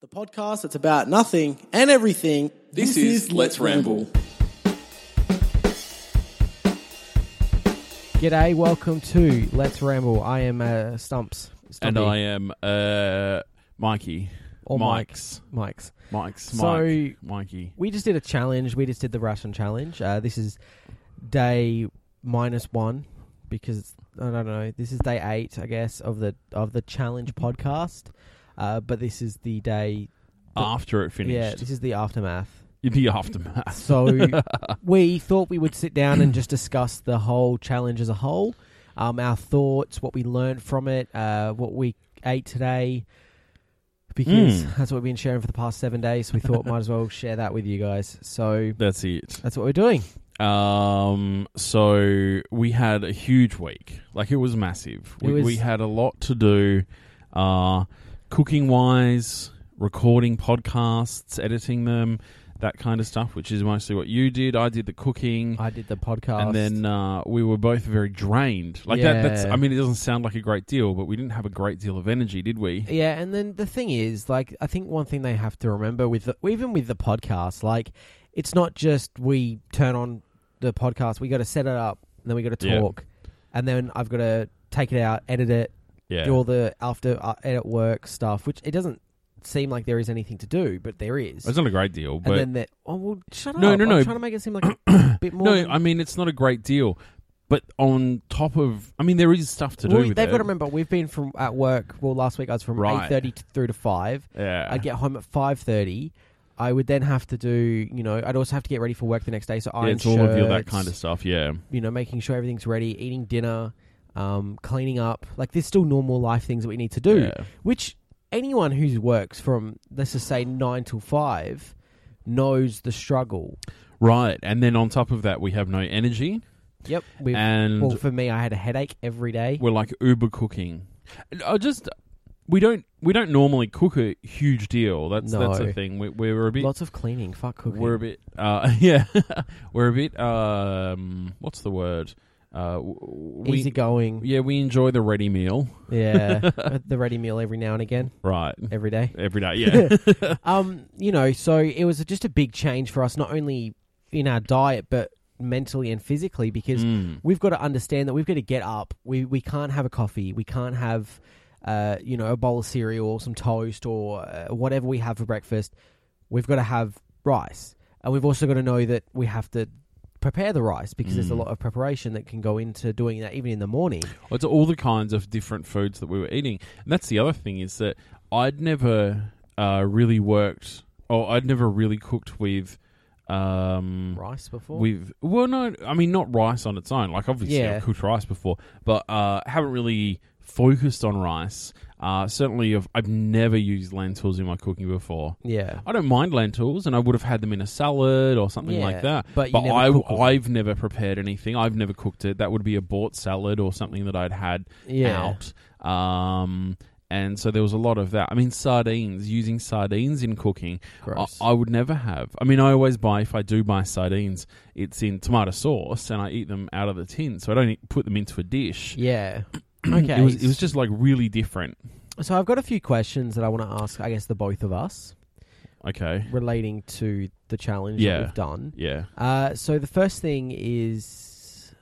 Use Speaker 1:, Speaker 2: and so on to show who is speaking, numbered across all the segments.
Speaker 1: the podcast that's about nothing and everything.
Speaker 2: This, is, Let's Ramble.
Speaker 3: G'day, welcome to Let's Ramble. I am uh, Stumps.
Speaker 4: and
Speaker 3: Stumpy.
Speaker 4: I am uh, Mikey.
Speaker 3: Or
Speaker 4: Mike's.
Speaker 3: Mike's.
Speaker 4: Mike's.
Speaker 3: So-
Speaker 4: Mike. Mikey.
Speaker 3: We just did a challenge. We just did the Russian challenge. Uh, this is day minus one because it's, I don't know. This is day eight, I guess, of the of the challenge podcast. Uh, but this is the day.
Speaker 4: After it
Speaker 3: Yeah,
Speaker 4: finished,
Speaker 3: this is the aftermath.
Speaker 4: the aftermath.
Speaker 3: So we thought we would sit down and just discuss the whole challenge as a whole, um, our thoughts, what we learned from it, uh, what we ate today, because
Speaker 4: Mm.
Speaker 3: that's what we've been sharing for the past seven days. So we thought might as well share that with you guys. So
Speaker 4: That's it.
Speaker 3: that's what we're doing.
Speaker 4: Um, so we had a huge week. Like it was massive.
Speaker 3: It
Speaker 4: we,
Speaker 3: was-
Speaker 4: we had a lot to do, uh, cooking wise, recording podcasts, editing them, that kind of stuff. Which is mostly what you did. I did the cooking.
Speaker 3: I did the podcast,
Speaker 4: and then uh, we were both very drained. Like that. That's.
Speaker 3: Yeah.
Speaker 4: I mean, it doesn't sound like a great deal, but we didn't have a great deal of energy, did we?
Speaker 3: Yeah, and then the thing is, like, I think one thing they have to remember with the, even with the podcast, like, it's not just we turn on the podcast. We got to set it up, and then we got to
Speaker 4: Yeah.
Speaker 3: talk, and then I've got to take it out, edit it,
Speaker 4: Yeah.
Speaker 3: do all the after uh, edit work stuff, which it doesn't seem like there is anything to do, but there is.
Speaker 4: it's not a great deal,
Speaker 3: and
Speaker 4: but
Speaker 3: then that oh well, shut
Speaker 4: No,
Speaker 3: up!
Speaker 4: no,
Speaker 3: I'm
Speaker 4: no.
Speaker 3: Trying to make it seem like a bit more.
Speaker 4: no, I mean it's not a great deal. But on top of, I mean, there is stuff to do.
Speaker 3: Well,
Speaker 4: with
Speaker 3: they've
Speaker 4: it.
Speaker 3: got to remember we've been from at work. Well, last week I was from
Speaker 4: Right.
Speaker 3: eight thirty through to five.
Speaker 4: Yeah.
Speaker 3: I'd get home at five thirty. I would then have to do, you know, I'd also have to get ready for work the next day. So
Speaker 4: yeah,
Speaker 3: iron
Speaker 4: it's all of your that
Speaker 3: shirts,
Speaker 4: kind of stuff. Yeah.
Speaker 3: you know, making sure everything's ready, eating dinner, um, cleaning up. Like there's still normal life things that we need to do.
Speaker 4: Yeah.
Speaker 3: Which anyone who works from let's just say nine till five knows the struggle.
Speaker 4: Right. And then on top of that, we have no energy,
Speaker 3: Yep. We've,
Speaker 4: and
Speaker 3: well, for me, I had a headache every day.
Speaker 4: we're like Uber cooking. I just we don't we don't normally cook a huge deal. That's that's
Speaker 3: No.
Speaker 4: a thing. We, we're a bit
Speaker 3: Lots of cleaning. Fuck cooking.
Speaker 4: We're a bit, uh, yeah, we're a bit. Um, what's the word? Uh, w- we
Speaker 3: Easygoing.
Speaker 4: yeah, we enjoy the ready meal,
Speaker 3: Yeah. the ready meal every now and again,
Speaker 4: right?
Speaker 3: every day.
Speaker 4: Every day, yeah,
Speaker 3: um, you know, so it was just a big change for us, not only in our diet, but mentally and physically, because
Speaker 4: Mm.
Speaker 3: we've got to understand that we've got to get up. We we can't have a coffee. We can't have, uh, you know, a bowl of cereal, or some toast, or uh, whatever we have for breakfast. We've got to have rice, and we've also got to know that we have to prepare the rice because there's a
Speaker 4: Mm.
Speaker 3: lot of preparation that can go into doing that, even in the morning.
Speaker 4: it's all the kinds of different foods that we were eating. And that's the other thing is that I'd never uh, really worked, or I'd never really cooked with um,
Speaker 3: Rice before.
Speaker 4: We've well, no, I mean not rice on its own. Like obviously,
Speaker 3: Yeah.
Speaker 4: I've cooked rice before, but uh, haven't really focused on rice. Uh, certainly, I've, I've never used lentils in my cooking before.
Speaker 3: yeah.
Speaker 4: I don't mind lentils, and I would have had them in a salad or something
Speaker 3: Yeah,
Speaker 4: like that.
Speaker 3: but you never
Speaker 4: I,
Speaker 3: cook them.
Speaker 4: I've never prepared anything. I've never cooked it. That would be a bought salad or something that I'd had
Speaker 3: Yeah.
Speaker 4: out. Um, and so there was a lot of that. I mean, sardines, using sardines in cooking, I,
Speaker 3: Gross.
Speaker 4: I would never have. I mean, I always buy, if I do buy sardines, it's in tomato sauce and I eat them out of the tin. So I don't e- put them into a dish.
Speaker 3: Yeah. okay.
Speaker 4: It was, it was just like really different.
Speaker 3: so I've got a few questions that I want to ask. I guess the both of us.
Speaker 4: Okay.
Speaker 3: relating to the challenge
Speaker 4: Yeah.
Speaker 3: that we've done.
Speaker 4: Yeah.
Speaker 3: Uh, so the first thing is,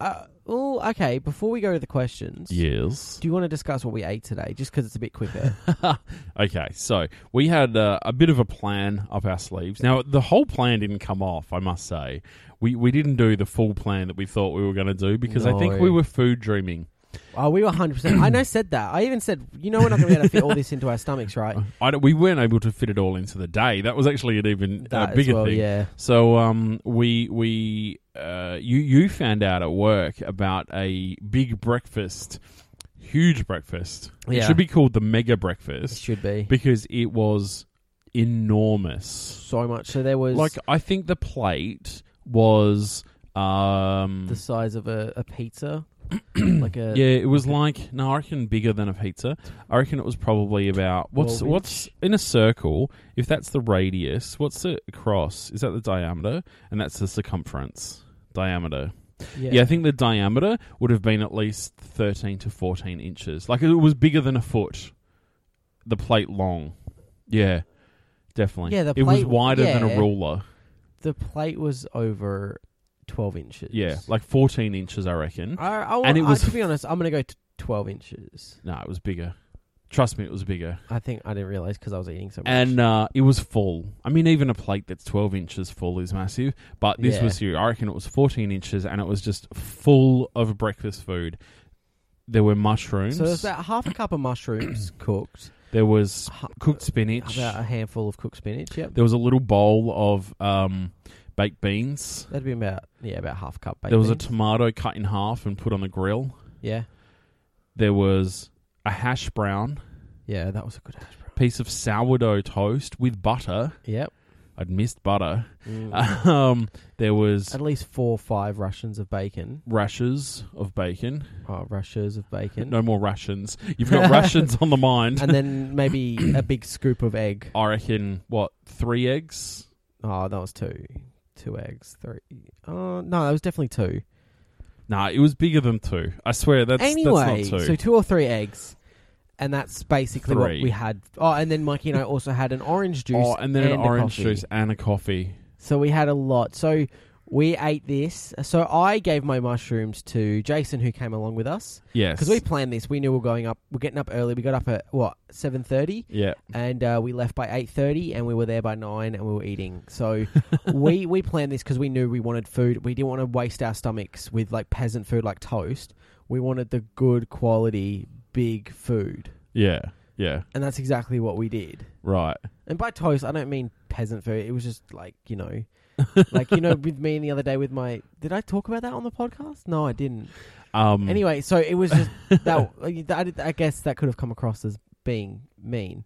Speaker 3: uh, well, okay. Before we go to the questions,
Speaker 4: Yes.
Speaker 3: do you want to discuss what we ate today? Just because it's a bit quicker.
Speaker 4: okay, so we had uh, a bit of a plan up our sleeves. Now, the whole plan didn't come off, I must say. We, we didn't do the full plan that we thought we were going to do because I think
Speaker 3: No.
Speaker 4: we were food dreaming.
Speaker 3: oh, we were hundred percent. I know said that. I even said, you know, we're not going to be able to fit all this into our stomachs, right?
Speaker 4: I don't- we weren't able to fit it all into the day. That was actually an even
Speaker 3: That
Speaker 4: uh,
Speaker 3: as
Speaker 4: bigger
Speaker 3: well,
Speaker 4: thing.
Speaker 3: Yeah.
Speaker 4: So um, we we uh, you you found out at work about a big breakfast, huge breakfast. It
Speaker 3: Yeah.
Speaker 4: should be called the mega
Speaker 3: It
Speaker 4: breakfast
Speaker 3: should be
Speaker 4: because it was enormous.
Speaker 3: so much. So there was
Speaker 4: Like I think the plate was um
Speaker 3: the uh, size of a, a pizza, like a
Speaker 4: yeah, it was like no, I reckon bigger than a pizza. I reckon it was probably about what's
Speaker 3: 12
Speaker 4: what's in a circle. If that's the radius, what's the cross? Is that the diameter? And that's the circumference diameter.
Speaker 3: yeah.
Speaker 4: Yeah. I think the diameter would have been at least thirteen to fourteen inches. Like it was bigger than a foot. The plate long. Yeah, definitely.
Speaker 3: Yeah, the
Speaker 4: it was
Speaker 3: plate-
Speaker 4: wider than a
Speaker 3: yeah.
Speaker 4: ruler.
Speaker 3: The plate was over twelve inches.
Speaker 4: Yeah, like fourteen inches, I reckon.
Speaker 3: I, I,
Speaker 4: and
Speaker 3: and
Speaker 4: it
Speaker 3: it
Speaker 4: was-
Speaker 3: to be honest, I'm gonna go to twelve inches.
Speaker 4: No, it was bigger. Trust me, it was bigger.
Speaker 3: I think I didn't realize because I was eating so much.
Speaker 4: And uh, it was full. I mean, even a plate that's 12 inches full is massive. But this
Speaker 3: Yeah.
Speaker 4: was serious. I reckon it was 14 inches and it was just full of breakfast food. There were mushrooms.
Speaker 3: so there's about half a cup of mushrooms cooked,
Speaker 4: there was
Speaker 3: ha-
Speaker 4: cooked spinach.
Speaker 3: about a handful of cooked spinach. Yep,
Speaker 4: There was a little bowl of um, baked beans.
Speaker 3: that'd be about yeah about half a cup. Baked
Speaker 4: there was
Speaker 3: beans.
Speaker 4: a tomato cut in half and put on the grill.
Speaker 3: yeah
Speaker 4: There was a hash brown,
Speaker 3: yeah that was a good hash brown.
Speaker 4: piece of sourdough toast with butter.
Speaker 3: Yep,
Speaker 4: I'd missed butter.
Speaker 3: Mm.
Speaker 4: Um, there was
Speaker 3: at least four or five rations of bacon.
Speaker 4: rashes of bacon.
Speaker 3: Oh, rashers of bacon.
Speaker 4: No more rations. You've got rations on the mind.
Speaker 3: and then maybe a big scoop of egg.
Speaker 4: I reckon what three eggs?
Speaker 3: Oh, that was two. Two eggs, three. Oh, no, that was definitely two.
Speaker 4: Nah, it was bigger than two. I swear that's
Speaker 3: anyway,
Speaker 4: that's not two.
Speaker 3: so two or three eggs. And that's basically
Speaker 4: Three.
Speaker 3: what we had. Oh, and then Mikey and I also had an orange juice.
Speaker 4: oh, and then an
Speaker 3: a
Speaker 4: orange
Speaker 3: coffee.
Speaker 4: juice and a coffee.
Speaker 3: So we had a lot. So we ate this. So I gave my mushrooms to Jason, who came along with us,
Speaker 4: Yes,
Speaker 3: because we planned this. We knew we were going up. We're getting up early. We got up at what seven thirty.
Speaker 4: yeah
Speaker 3: and uh, we left by 8.30 and we were there by 9 and we were eating so we, we planned this because we knew we wanted food we didn't want to waste our stomachs with like peasant food like toast we wanted the good quality big food
Speaker 4: yeah yeah
Speaker 3: and that's exactly what we did
Speaker 4: right.
Speaker 3: and by toast i don't mean peasant food it was just like you know like you know with me and the other day with my did i talk about that on the podcast no i didn't
Speaker 4: Um,
Speaker 3: anyway so it was just that I, I guess that could have come across as being mean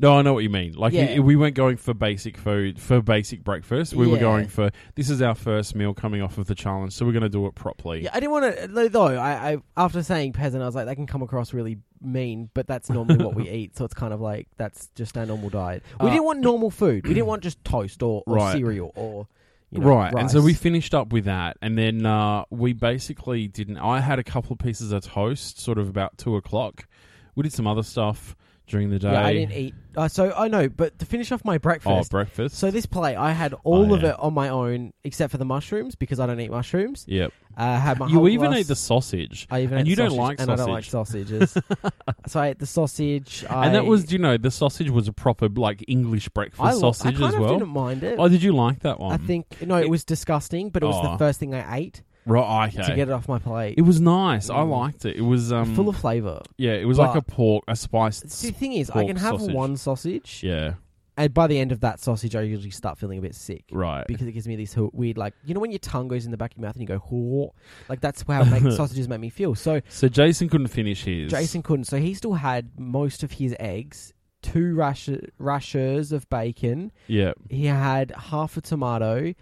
Speaker 4: No, I know what you mean. Like
Speaker 3: Yeah.
Speaker 4: we, we weren't going for basic food for basic breakfast. We were
Speaker 3: Yeah.
Speaker 4: going for this is our first meal coming off of the challenge, so we're going to do it properly.
Speaker 3: Yeah, I didn't want to. Though I, I, after saying peasant, I was like, that can come across really mean, but that's normally what we eat, so it's kind of like that's just our normal diet. We
Speaker 4: Uh,
Speaker 3: didn't want normal food. We didn't want just toast or, or
Speaker 4: Right.
Speaker 3: cereal or you know,
Speaker 4: right, and so
Speaker 3: rice.
Speaker 4: we finished up with that, and then uh, we basically didn't. I had a couple of pieces of toast, sort of about two o'clock. We did some other stuff during the day.
Speaker 3: Yeah, I didn't eat. Uh, so I know, but to finish off my
Speaker 4: oh,
Speaker 3: breakfast.
Speaker 4: breakfast.
Speaker 3: so this plate, I had all
Speaker 4: Oh,
Speaker 3: of
Speaker 4: yeah.
Speaker 3: it on my own except for the mushrooms because I don't eat mushrooms.
Speaker 4: yep.
Speaker 3: Uh, I had my
Speaker 4: You
Speaker 3: whole
Speaker 4: even
Speaker 3: glass-
Speaker 4: ate the sausage,
Speaker 3: I even
Speaker 4: and
Speaker 3: ate
Speaker 4: you don't
Speaker 3: sausage,
Speaker 4: like
Speaker 3: and I don't like sausages. so I ate the sausage. I,
Speaker 4: and that was, do you know, the sausage was a proper like English breakfast
Speaker 3: I, lo- I
Speaker 4: sausage
Speaker 3: kind
Speaker 4: as
Speaker 3: of
Speaker 4: well.
Speaker 3: Didn't mind it.
Speaker 4: Oh, did you like that one?
Speaker 3: I think no, it was disgusting, but it was
Speaker 4: Aw.
Speaker 3: the first thing I ate
Speaker 4: right. Oh. Okay,
Speaker 3: to get it off my plate.
Speaker 4: It was nice. I
Speaker 3: Mm.
Speaker 4: liked it. It was um,
Speaker 3: full of flavor.
Speaker 4: yeah. It was
Speaker 3: but-
Speaker 4: like a pork, a spiced.
Speaker 3: See, the thing is,
Speaker 4: um,
Speaker 3: I
Speaker 4: pork
Speaker 3: can have
Speaker 4: sausage.
Speaker 3: one sausage,
Speaker 4: yeah,
Speaker 3: and by the end of that sausage, I usually start feeling a bit sick
Speaker 4: right.
Speaker 3: because it gives me these ho- weird, like you know, when your tongue goes in the back of your mouth and you go, "Haw," like that's how make, sausages make me feel. So
Speaker 4: So Jason couldn't finish his.
Speaker 3: Jason couldn't, so he still had most of his eggs, two rash- rashers of bacon,
Speaker 4: Yeah,
Speaker 3: he had half a tomato,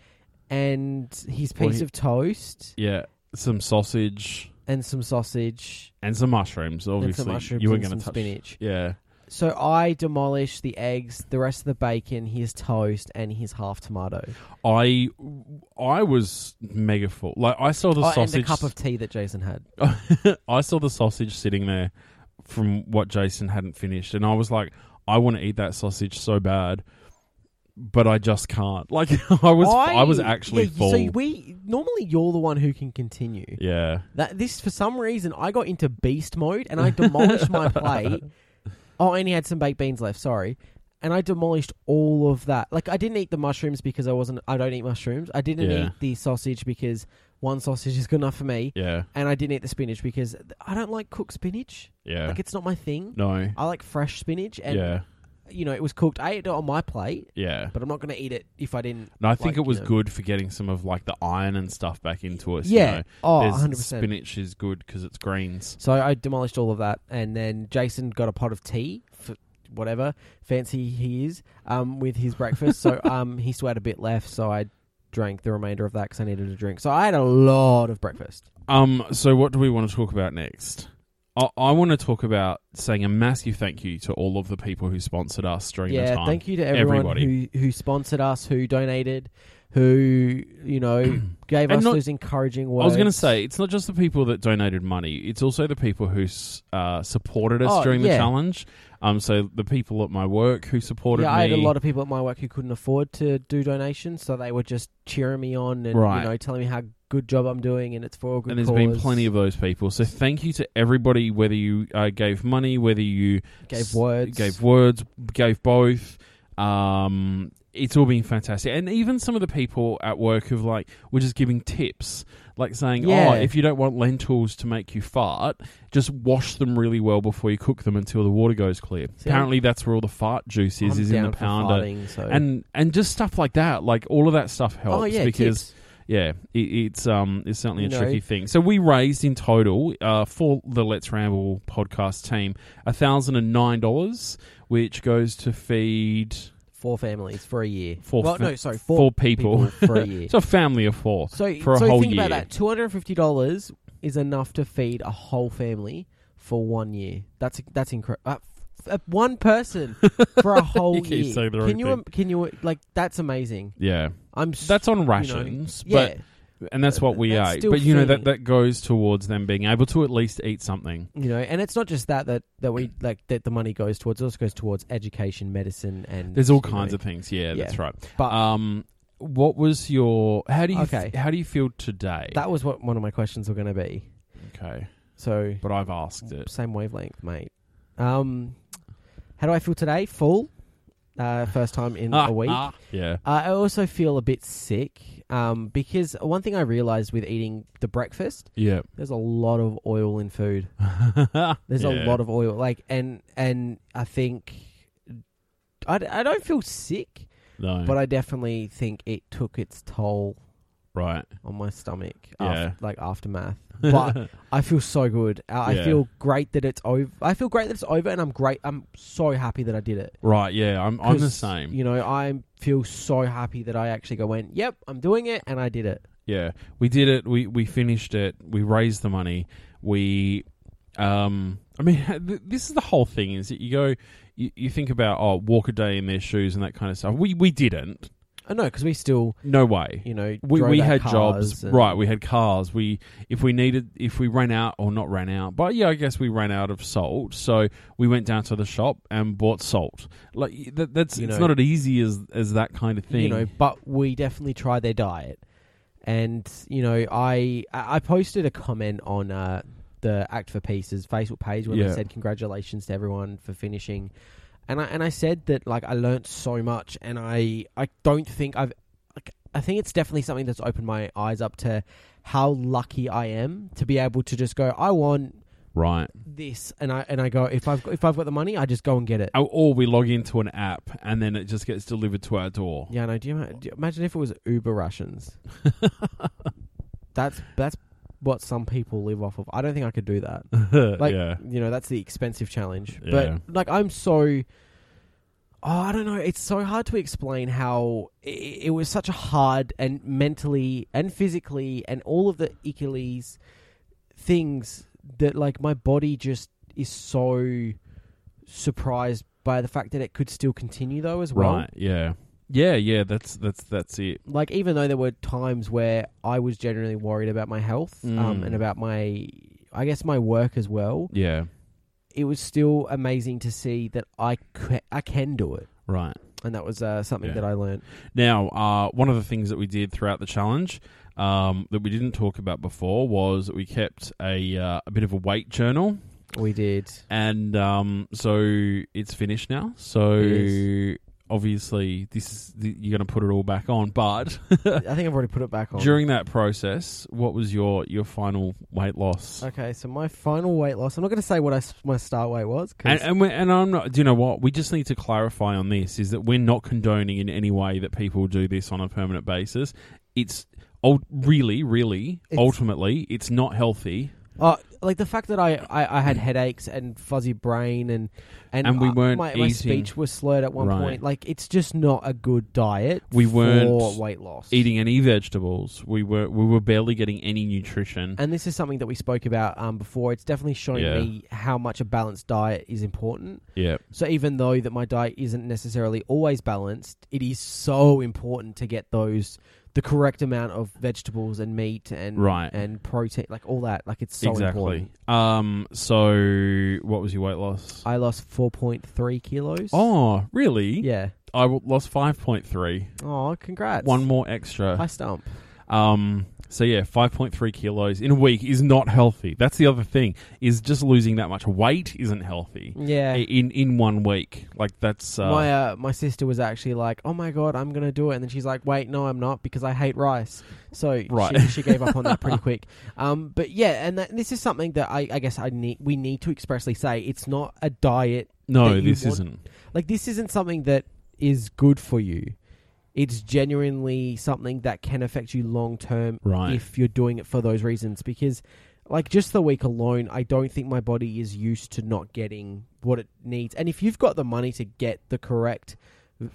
Speaker 3: and his piece
Speaker 4: Well, he-
Speaker 3: of toast
Speaker 4: yeah. Some sausage
Speaker 3: and some sausage.
Speaker 4: and some mushrooms. Obviously,
Speaker 3: and some mushrooms
Speaker 4: you weren't
Speaker 3: and
Speaker 4: going
Speaker 3: some
Speaker 4: to touch.
Speaker 3: spinach.
Speaker 4: Yeah,
Speaker 3: So I demolished the eggs, the rest of the bacon, his toast, and his half tomato.
Speaker 4: I I was mega full. Like I saw the
Speaker 3: Oh, and
Speaker 4: sausage.
Speaker 3: a cup of tea that Jason had.
Speaker 4: I saw the sausage sitting there from what Jason hadn't finished, and I was like, I want to eat that sausage so bad, but I just can't. Like I was, I, was actually
Speaker 3: yeah,
Speaker 4: full.
Speaker 3: So we normally you're the one who can continue.
Speaker 4: yeah.
Speaker 3: That this for some reason I got into beast mode and I demolished my plate. Oh, I only had some baked beans left. Sorry. And I demolished all of that. Like I didn't eat the mushrooms because I wasn't. I don't eat mushrooms. I didn't
Speaker 4: Yeah.
Speaker 3: eat the sausage because one sausage is good enough for me.
Speaker 4: Yeah,
Speaker 3: and I didn't eat the spinach because th- I don't like cooked spinach.
Speaker 4: yeah.
Speaker 3: Like it's not my thing.
Speaker 4: no.
Speaker 3: I like fresh spinach, and
Speaker 4: Yeah,
Speaker 3: you know it was cooked. I ate it on my plate,
Speaker 4: yeah.
Speaker 3: but I'm not going to eat it if I didn't.
Speaker 4: No, I think
Speaker 3: like,
Speaker 4: it was
Speaker 3: you know.
Speaker 4: good for getting some of like the iron and stuff back into us.
Speaker 3: Yeah.
Speaker 4: you know?
Speaker 3: Oh,
Speaker 4: There's-
Speaker 3: 100 percent.
Speaker 4: Spinach is good because it's greens.
Speaker 3: So I demolished all of that, and then Jason got a pot of tea for whatever fancy he is um, with his breakfast. so um, he still had a bit left, so I drank the remainder of that because I needed a drink. So I had a lot of breakfast.
Speaker 4: Um, so what do we want to talk about next? I, I want to talk about saying a massive thank you to all of the people who sponsored us during the
Speaker 3: yeah,
Speaker 4: time.
Speaker 3: thank you to everyone
Speaker 4: Everybody.
Speaker 3: who who sponsored us, who donated, who you know gave
Speaker 4: And
Speaker 3: us
Speaker 4: not-
Speaker 3: those encouraging words.
Speaker 4: I was going to say it's not just the people that donated money; it's also the people who s- uh, supported us
Speaker 3: Oh,
Speaker 4: during the
Speaker 3: yeah.
Speaker 4: challenge. Um, so the people at my work who supported
Speaker 3: yeah,
Speaker 4: me.
Speaker 3: I had a lot of people at my work who couldn't afford to do donations, so they were just cheering me on and
Speaker 4: Right.
Speaker 3: you know telling me how good job I'm doing and it's for a good.
Speaker 4: and there's
Speaker 3: cause.
Speaker 4: been plenty of those people. So thank you to everybody, whether you uh, gave money, whether you
Speaker 3: gave
Speaker 4: s-
Speaker 3: words,
Speaker 4: gave words, gave both. Um, it's all been fantastic, and even some of the people at work who've like were just giving tips, like saying,
Speaker 3: Yeah.
Speaker 4: "Oh, if you don't want lentils to make you fart, just wash them really well before you cook them until the water goes clear."
Speaker 3: See,
Speaker 4: Apparently, that's where all the fart juice is,
Speaker 3: I'm
Speaker 4: is in
Speaker 3: down
Speaker 4: the
Speaker 3: for
Speaker 4: pounder,
Speaker 3: farting, so.
Speaker 4: and and just stuff like that. Like all of that stuff helps
Speaker 3: oh yeah,
Speaker 4: because
Speaker 3: tips.
Speaker 4: yeah, it, it's um, it's certainly a
Speaker 3: You know.
Speaker 4: tricky thing. So we raised in total uh, for the Let's Ramble podcast team thousand and nine dollars, which goes to feed
Speaker 3: four families for a year.
Speaker 4: Four
Speaker 3: well,
Speaker 4: fa-
Speaker 3: no, sorry,
Speaker 4: four,
Speaker 3: four,
Speaker 4: people.
Speaker 3: people for a year.
Speaker 4: it's a family of four.
Speaker 3: So,
Speaker 4: for a
Speaker 3: so
Speaker 4: whole
Speaker 3: think
Speaker 4: year.
Speaker 3: about that. Two hundred and fifty dollars is enough to feed a whole family for one year. That's that's incredible. Uh, f- uh, one person for a whole
Speaker 4: You keep
Speaker 3: year.
Speaker 4: saying the
Speaker 3: Can
Speaker 4: wrong
Speaker 3: you
Speaker 4: thing.
Speaker 3: im- can you like that's amazing.
Speaker 4: Yeah,
Speaker 3: I'm s-
Speaker 4: that's on
Speaker 3: you know,
Speaker 4: rations,
Speaker 3: yeah,
Speaker 4: but and that's what we
Speaker 3: That's
Speaker 4: ate.
Speaker 3: still
Speaker 4: But you know that
Speaker 3: feeding.
Speaker 4: that goes towards them being able to at least eat something.
Speaker 3: you know, and it's not just that that that we like that the money goes towards. It also goes towards education, medicine, and
Speaker 4: There's all
Speaker 3: you know,
Speaker 4: kinds of things. Yeah,
Speaker 3: yeah.
Speaker 4: that's right.
Speaker 3: But
Speaker 4: Um, what was your how do you f-
Speaker 3: Okay.
Speaker 4: how do you feel today?
Speaker 3: that was what one of my questions were going to be.
Speaker 4: okay,
Speaker 3: So
Speaker 4: but I've asked it.
Speaker 3: Same wavelength, mate. Um, how do I feel today? Full. Uh, first time in
Speaker 4: Ah,
Speaker 3: a week.
Speaker 4: ah, yeah.
Speaker 3: Uh, I also feel a bit sick um, because one thing I realized with eating the breakfast,
Speaker 4: Yeah.
Speaker 3: there's a lot of oil in food. There's a lot of oil, like and and I think I, d- I don't feel sick,
Speaker 4: no,
Speaker 3: but I definitely think it took its toll
Speaker 4: right.
Speaker 3: on my stomach.
Speaker 4: Yeah.
Speaker 3: After, like aftermath, but I feel so good. I,
Speaker 4: Yeah.
Speaker 3: I feel great that it's over. I feel great that it's over, and I'm great. I'm so happy that I did it.
Speaker 4: right, yeah, I'm I'm the
Speaker 3: 'Cause,
Speaker 4: same.
Speaker 3: You know, I feel so happy that I actually go went. Yep, I'm doing it, and I did it.
Speaker 4: yeah, we did it. We we finished it. We raised the money. We, um, I mean, th- this is the whole thing. Is that you go, you, you think about oh, walk a day in their shoes and that kind of stuff. We we didn't.
Speaker 3: I know because we still,
Speaker 4: No way.
Speaker 3: you know,
Speaker 4: we,
Speaker 3: drove
Speaker 4: we
Speaker 3: our
Speaker 4: had
Speaker 3: cars
Speaker 4: jobs
Speaker 3: and-
Speaker 4: right we had cars we if we needed if we ran out or not ran out but yeah i guess we ran out of salt so we went down to the shop and bought salt like y- that, that's
Speaker 3: You
Speaker 4: it's
Speaker 3: know-
Speaker 4: not as easy as as that kind of thing
Speaker 3: You know, but we definitely tried their diet, and you know, I I I posted a comment on uh, the Act for Pieces Facebook page where
Speaker 4: Yeah.
Speaker 3: they said congratulations to everyone for finishing, and I and I said that like I learnt so much, and I I don't think I've like, I think it's definitely something that's opened my eyes up to how lucky I am to be able to just go I want
Speaker 4: right
Speaker 3: this and I and I go if I've got, if I've got the money I just go and get it.
Speaker 4: or, or we log into an app and then it just gets delivered to our door
Speaker 3: Yeah, I know. Do you, ima- do you imagine if it was Uber rations? that's that's what some people live off of. I don't think I could do that. Like,
Speaker 4: yeah
Speaker 3: you know, that's the expensive challenge.
Speaker 4: Yeah.
Speaker 3: But like, I'm so. Oh, I don't know. It's so hard to explain how i- it, it was such a hard and mentally and physically and all of the Achilles things that like my body just is so surprised by the fact that it could still continue though as well
Speaker 4: right yeah yeah yeah that's that's that's it
Speaker 3: like even though there were times where I was genuinely worried about my health um,
Speaker 4: Mm.
Speaker 3: and about my, I guess my work as well,
Speaker 4: yeah
Speaker 3: it was still amazing to see that I ca- I can do it,
Speaker 4: right
Speaker 3: and that was uh, something
Speaker 4: Yeah.
Speaker 3: that I learned.
Speaker 4: Now, uh, one of the things that we did throughout the challenge um, that we didn't talk about before was that we kept a uh, a bit of a weight journal,
Speaker 3: We did.
Speaker 4: and um, so it's finished now. So
Speaker 3: It
Speaker 4: obviously, this is th- you're going to put it all back on. But
Speaker 3: I think I've already put it back on.
Speaker 4: during that process, what was your your final weight loss?
Speaker 3: okay, so my final weight loss. I'm not going to say what I s- my start weight was
Speaker 4: And uh,
Speaker 3: because
Speaker 4: and, we and I'm not. Do you know what? We just need to clarify on this: is that we're not condoning in any way that people do this on a permanent basis. It's ul- really, really,
Speaker 3: It's-
Speaker 4: ultimately, it's not healthy.
Speaker 3: uh, like the fact that I, I, I had headaches and fuzzy brain and and,
Speaker 4: And we
Speaker 3: uh,
Speaker 4: weren't
Speaker 3: my, my
Speaker 4: eating.
Speaker 3: speech was slurred at one
Speaker 4: Right.
Speaker 3: point. Like it's just not a good diet.
Speaker 4: We weren't
Speaker 3: for weight loss.
Speaker 4: eating any vegetables. We were we were barely getting any nutrition.
Speaker 3: And this is something that we spoke about um, before. It's definitely showing
Speaker 4: Yeah.
Speaker 3: me how much a balanced diet is important.
Speaker 4: Yeah,
Speaker 3: So even though that my diet isn't necessarily always balanced, it is so important to get those the correct amount of vegetables and meat and
Speaker 4: Right.
Speaker 3: and protein, like all that. Like it's so
Speaker 4: exactly.
Speaker 3: important.
Speaker 4: Um. So, what was your weight loss?
Speaker 3: I lost four point three kilos.
Speaker 4: oh, really?
Speaker 3: yeah.
Speaker 4: I w- lost five point three.
Speaker 3: Oh, congrats.
Speaker 4: One more extra.
Speaker 3: I stump.
Speaker 4: Um, so yeah, five point three kilos in a week is not healthy. That's the other thing is just losing that much weight isn't healthy.
Speaker 3: Yeah.
Speaker 4: I- In in one week, like that's uh,
Speaker 3: my uh, my sister was actually like, "Oh my god, I'm gonna do it," and then she's like, "Wait, no, I'm not because I hate rice." So
Speaker 4: Right.
Speaker 3: she, she gave up on that pretty quick. Um, but yeah, and that, this is something that I, I guess I need we need to expressly say it's not a diet.
Speaker 4: no,
Speaker 3: that you
Speaker 4: this
Speaker 3: want-
Speaker 4: isn't.
Speaker 3: Like this isn't something that is good for you. It's genuinely something that can affect you long term
Speaker 4: Right.
Speaker 3: if you're doing it for those reasons. Because, like, just the week alone, I don't think my body is used to not getting what it needs. And if you've got the money to get the correct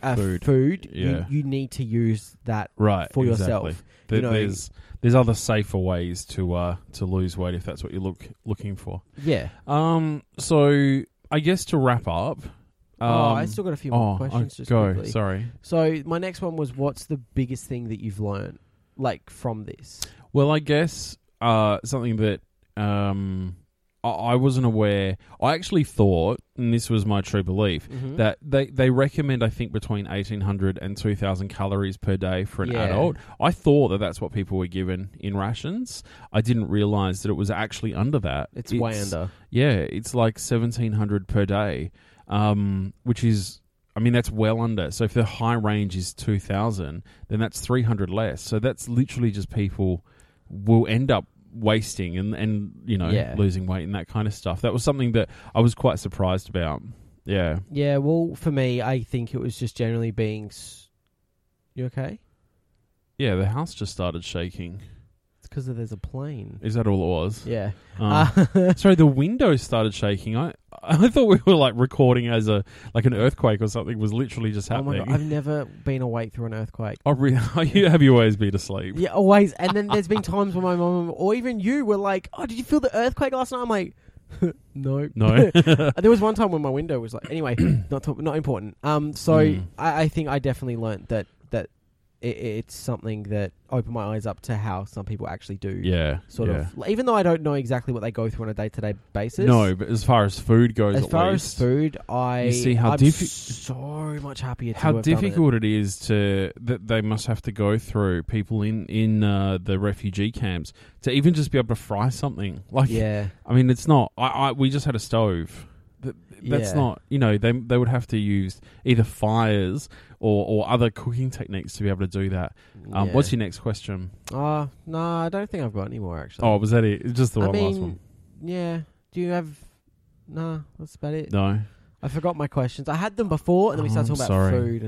Speaker 3: uh, food,
Speaker 4: Food. Yeah.
Speaker 3: you, you need to use that
Speaker 4: Right
Speaker 3: for
Speaker 4: exactly.
Speaker 3: yourself.
Speaker 4: There-
Speaker 3: you know,
Speaker 4: there's there's other safer ways to uh to lose weight if that's what you're look looking for.
Speaker 3: yeah.
Speaker 4: Um, so I guess to wrap up. Um,
Speaker 3: oh, I still got a few more
Speaker 4: oh,
Speaker 3: questions.
Speaker 4: I-
Speaker 3: just
Speaker 4: go.
Speaker 3: quickly.
Speaker 4: Sorry.
Speaker 3: So my next one was, what's the biggest thing that you've learned, like, from this?
Speaker 4: Well, I guess uh, something that um, I-, I wasn't aware. I actually thought, and this was my true belief,
Speaker 3: Mhm.
Speaker 4: that they, they recommend I think between 1800 and 2000 calories per day for an
Speaker 3: Yeah.
Speaker 4: adult. I thought that that's what people were given in rations. I didn't realize that it was actually under that.
Speaker 3: It's, way under.
Speaker 4: Yeah, it's like 1700 per day, um, which is. I mean that's well under. So if the high range is two thousand, then that's three hundred less. So that's literally just people will end up wasting and and you know
Speaker 3: Yeah.
Speaker 4: losing weight and that kind of stuff. That was something that I was quite surprised about. Yeah.
Speaker 3: Yeah, well, for me, I think it was just generally being. S- you okay?
Speaker 4: Yeah, the house just started shaking.
Speaker 3: It's because there's a plane.
Speaker 4: Is that all it was?
Speaker 3: Yeah.
Speaker 4: Um,
Speaker 3: Uh,
Speaker 4: sorry, the window started shaking. I I thought we were like recording as a like an earthquake or something was literally just
Speaker 3: oh my
Speaker 4: happening.
Speaker 3: god, I've never been awake through an earthquake.
Speaker 4: Oh, really? you have you always been asleep?
Speaker 3: Yeah, always. And then there's been times where my mum or even you were like, "Oh, did you feel the earthquake last night?" I'm like, "No, Uh,
Speaker 4: No.
Speaker 3: there was one time when my window was like. Anyway, not to, not important. Um, so
Speaker 4: Mm.
Speaker 3: I, I think I definitely learnt that that it, it's something that opened my eyes up to how some people actually do.
Speaker 4: yeah,
Speaker 3: Sort
Speaker 4: yeah.
Speaker 3: of, even though I don't know exactly what they go through on a day to day basis.
Speaker 4: No, but as far as food goes,
Speaker 3: as
Speaker 4: at
Speaker 3: far
Speaker 4: least,
Speaker 3: as food, I
Speaker 4: You see how
Speaker 3: I'm
Speaker 4: diffi-
Speaker 3: so much happier. To
Speaker 4: how
Speaker 3: have done it.
Speaker 4: difficult it is to that they must have to go through people in in uh, the refugee camps to even just be able to fry something. Like,
Speaker 3: Yeah,
Speaker 4: I mean, it's not. I, I we just had a stove. Th- That's
Speaker 3: Yeah.
Speaker 4: not. You know, they they would have to use either fires or or other cooking techniques to be able to do that. Um,
Speaker 3: yeah.
Speaker 4: What's your next question?
Speaker 3: Uh, no, I don't think I've got any more actually.
Speaker 4: Oh, was that it? It's Just the
Speaker 3: I
Speaker 4: one
Speaker 3: mean,
Speaker 4: last one.
Speaker 3: yeah. Do you have? Nah, that's about it.
Speaker 4: No,
Speaker 3: I forgot my questions. I had them before, and then we
Speaker 4: Oh,
Speaker 3: started
Speaker 4: I'm
Speaker 3: talking
Speaker 4: sorry.
Speaker 3: about food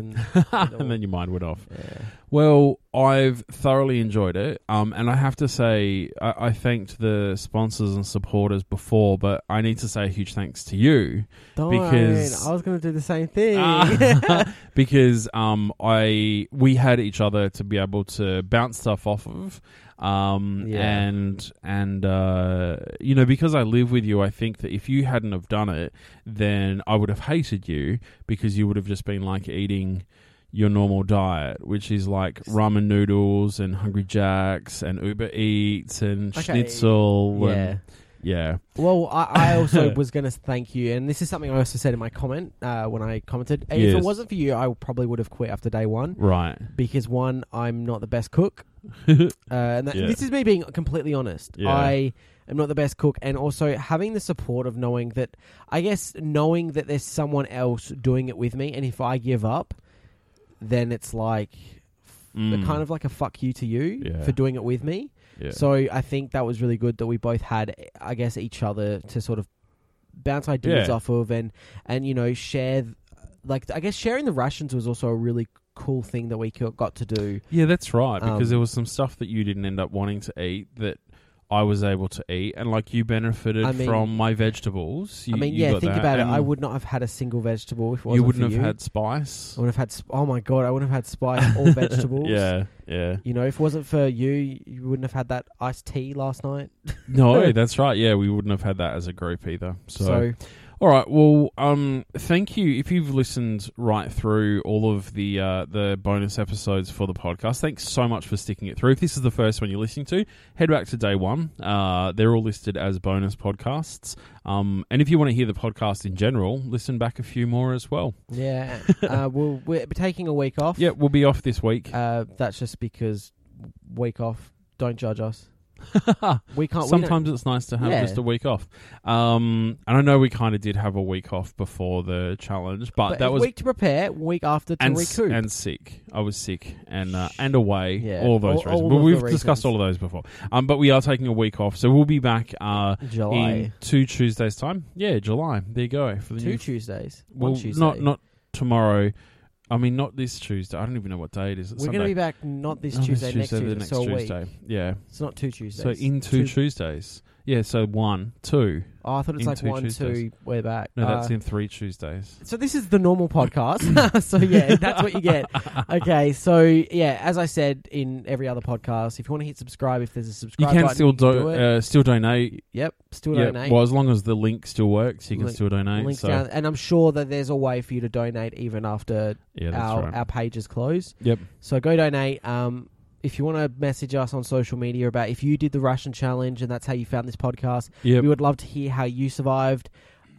Speaker 3: and.
Speaker 4: and then your mind went off.
Speaker 3: Yeah.
Speaker 4: Well, I've thoroughly enjoyed it, um, and I have to say I, I thanked the sponsors and supporters before, but I need to say a huge thanks to you Because-
Speaker 3: because I was going to do the same thing.
Speaker 4: Ah, because um, I we had each other to be able to bounce stuff off of, um,
Speaker 3: Yeah.
Speaker 4: and and uh, you know because I live with you, I think that if you hadn't have done it, then I would have hated you because you would have just been like eating your normal diet, which is like ramen noodles and Hungry Jacks and Uber Eats and
Speaker 3: Okay.
Speaker 4: schnitzel.
Speaker 3: yeah.
Speaker 4: And, yeah.
Speaker 3: Well, I, I also was going to thank you, and this is something I also said in my comment uh, when I commented. If it
Speaker 4: Yes.
Speaker 3: wasn't for you, I probably would have quit after day one
Speaker 4: Right.
Speaker 3: because one, I'm not the best cook, uh, and that,
Speaker 4: Yeah.
Speaker 3: this is me being completely honest.
Speaker 4: Yeah.
Speaker 3: I am not the best cook, and also having the support of knowing that, I guess, knowing that there's someone else doing it with me, and if I give up, then it's like
Speaker 4: Mm.
Speaker 3: kind of like a fuck you to you
Speaker 4: Yeah.
Speaker 3: for doing it with me.
Speaker 4: Mm, Yeah.
Speaker 3: So I think that was really good that we both had, I guess, each other to sort of bounce ideas
Speaker 4: Yeah.
Speaker 3: off of and and you know share, th- like I guess sharing the rations was also a really cool thing that we co- got to do.
Speaker 4: Yeah, that's right. Because
Speaker 3: Um,
Speaker 4: there was some stuff that you didn't end up wanting to eat that I was able to eat, and like you benefited
Speaker 3: I mean-
Speaker 4: from my vegetables. You,
Speaker 3: I mean,
Speaker 4: you
Speaker 3: yeah,
Speaker 4: got
Speaker 3: think
Speaker 4: that,
Speaker 3: about it.
Speaker 4: and
Speaker 3: I would not have had a single vegetable if it wasn't
Speaker 4: You wouldn't
Speaker 3: for
Speaker 4: have
Speaker 3: you.
Speaker 4: had spice.
Speaker 3: I would have had. Sp- oh my god, I would have had spice or vegetables.
Speaker 4: Yeah, yeah.
Speaker 3: You know, if it wasn't for you, you wouldn't have had that iced tea last night.
Speaker 4: No, that's right. Yeah, we wouldn't have had that as a group either.
Speaker 3: So,
Speaker 4: All right. Well, um, thank you. If you've listened right through all of the uh, the bonus episodes for the podcast, thanks so much for sticking it through. If this is the first one you're listening to, head back to day one. Uh, they're all listed as bonus podcasts. Um, and if you want to hear the podcast in general, listen back a few more as well.
Speaker 3: yeah, uh, we'll, we're taking a week off.
Speaker 4: Yeah, we'll be off this week.
Speaker 3: Uh, that's just because week off. Don't judge us. We can't. we don't-
Speaker 4: Sometimes it's nice to have
Speaker 3: Yeah.
Speaker 4: just a week off. Um, and I know we kind of did have a week off before the challenge, but,
Speaker 3: but
Speaker 4: that
Speaker 3: it's
Speaker 4: was
Speaker 3: week to prepare, week after to
Speaker 4: and s-
Speaker 3: recoup.
Speaker 4: and sick. I was sick and uh, and away.
Speaker 3: Yeah,
Speaker 4: All those
Speaker 3: all-
Speaker 4: reasons.
Speaker 3: all
Speaker 4: but
Speaker 3: of the
Speaker 4: we've discussed
Speaker 3: reasons.
Speaker 4: all of those before. Um, but we are taking a week off, so we'll be back uh
Speaker 3: July.
Speaker 4: in two Tuesdays time. Yeah, July. There you go for the
Speaker 3: Two
Speaker 4: new.
Speaker 3: Tuesdays.
Speaker 4: well,
Speaker 3: one Tuesday.
Speaker 4: not not tomorrow. I mean, not this Tuesday. I don't even know what day it is. It's
Speaker 3: We're going to
Speaker 4: Sunday.
Speaker 3: be back not this
Speaker 4: Not
Speaker 3: Tuesday, next
Speaker 4: the
Speaker 3: Tuesday.
Speaker 4: next
Speaker 3: so a week.
Speaker 4: Tuesday. Yeah.
Speaker 3: It's not two Tuesdays.
Speaker 4: So in two,
Speaker 3: Tues-
Speaker 4: Tuesdays. Yeah. So one, two.
Speaker 3: Oh, I thought it's
Speaker 4: in
Speaker 3: like
Speaker 4: two
Speaker 3: one,
Speaker 4: Tuesdays.
Speaker 3: two. We're back.
Speaker 4: No, that's
Speaker 3: Uh,
Speaker 4: in three Tuesdays.
Speaker 3: So this is the normal podcast. so yeah, that's what you get. Okay, so yeah, as I said in every other podcast, if you want to hit subscribe, if there's a
Speaker 4: You
Speaker 3: subscribe,
Speaker 4: can
Speaker 3: button,
Speaker 4: still
Speaker 3: you
Speaker 4: do,
Speaker 3: it.
Speaker 4: uh, still donate.
Speaker 3: yep, still
Speaker 4: yeah,
Speaker 3: donate.
Speaker 4: Well, as long as the link still works, you can
Speaker 3: Link-
Speaker 4: still donate.
Speaker 3: Links
Speaker 4: so
Speaker 3: down, and I'm sure that there's a way for you to donate even after
Speaker 4: yeah, that's
Speaker 3: our
Speaker 4: right.
Speaker 3: our page is closed.
Speaker 4: Yep.
Speaker 3: So go donate. Um, if you want to message us on social media about if you did the Russian challenge and that's how you found this podcast,
Speaker 4: Yep.
Speaker 3: we would love to hear how you survived.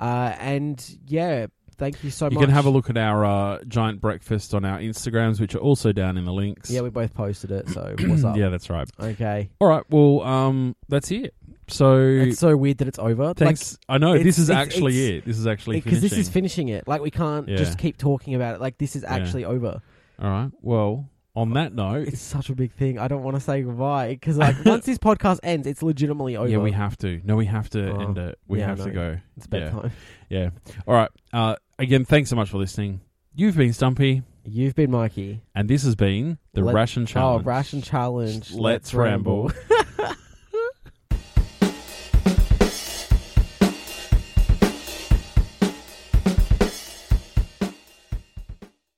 Speaker 3: Uh, and yeah, thank you so
Speaker 4: You
Speaker 3: much.
Speaker 4: can have a look at our uh, giant breakfast on our Instagrams, which are also down in the links.
Speaker 3: Yeah, we both posted it. So what's up?
Speaker 4: yeah, that's right.
Speaker 3: Okay.
Speaker 4: All right, well, um, that's it. So
Speaker 3: It's so weird that it's over.
Speaker 4: thanks. I know
Speaker 3: it's-
Speaker 4: this is
Speaker 3: it's-
Speaker 4: actually
Speaker 3: it's-
Speaker 4: it. This is actually
Speaker 3: Because
Speaker 4: finishing.
Speaker 3: this is finishing it. Like, we can't
Speaker 4: Yeah.
Speaker 3: just keep talking about it. Like, this is
Speaker 4: Yeah.
Speaker 3: actually over.
Speaker 4: All right. Well, on that note,
Speaker 3: It's such a big thing. I don't want to say goodbye. Because, like, once this podcast ends, it's legitimately over.
Speaker 4: yeah, we have to. No, we have to
Speaker 3: Oh,
Speaker 4: end it. We
Speaker 3: yeah, I
Speaker 4: have to
Speaker 3: know.
Speaker 4: go.
Speaker 3: It's
Speaker 4: yeah.
Speaker 3: bedtime.
Speaker 4: Yeah. All right. Uh, again, thanks so much for listening. You've been Stumpy,
Speaker 3: You've been Mikey.
Speaker 4: and this has been the
Speaker 3: Let-
Speaker 4: Ration
Speaker 3: Oh,
Speaker 4: Challenge.
Speaker 3: Ration Challenge.
Speaker 4: Let's ramble.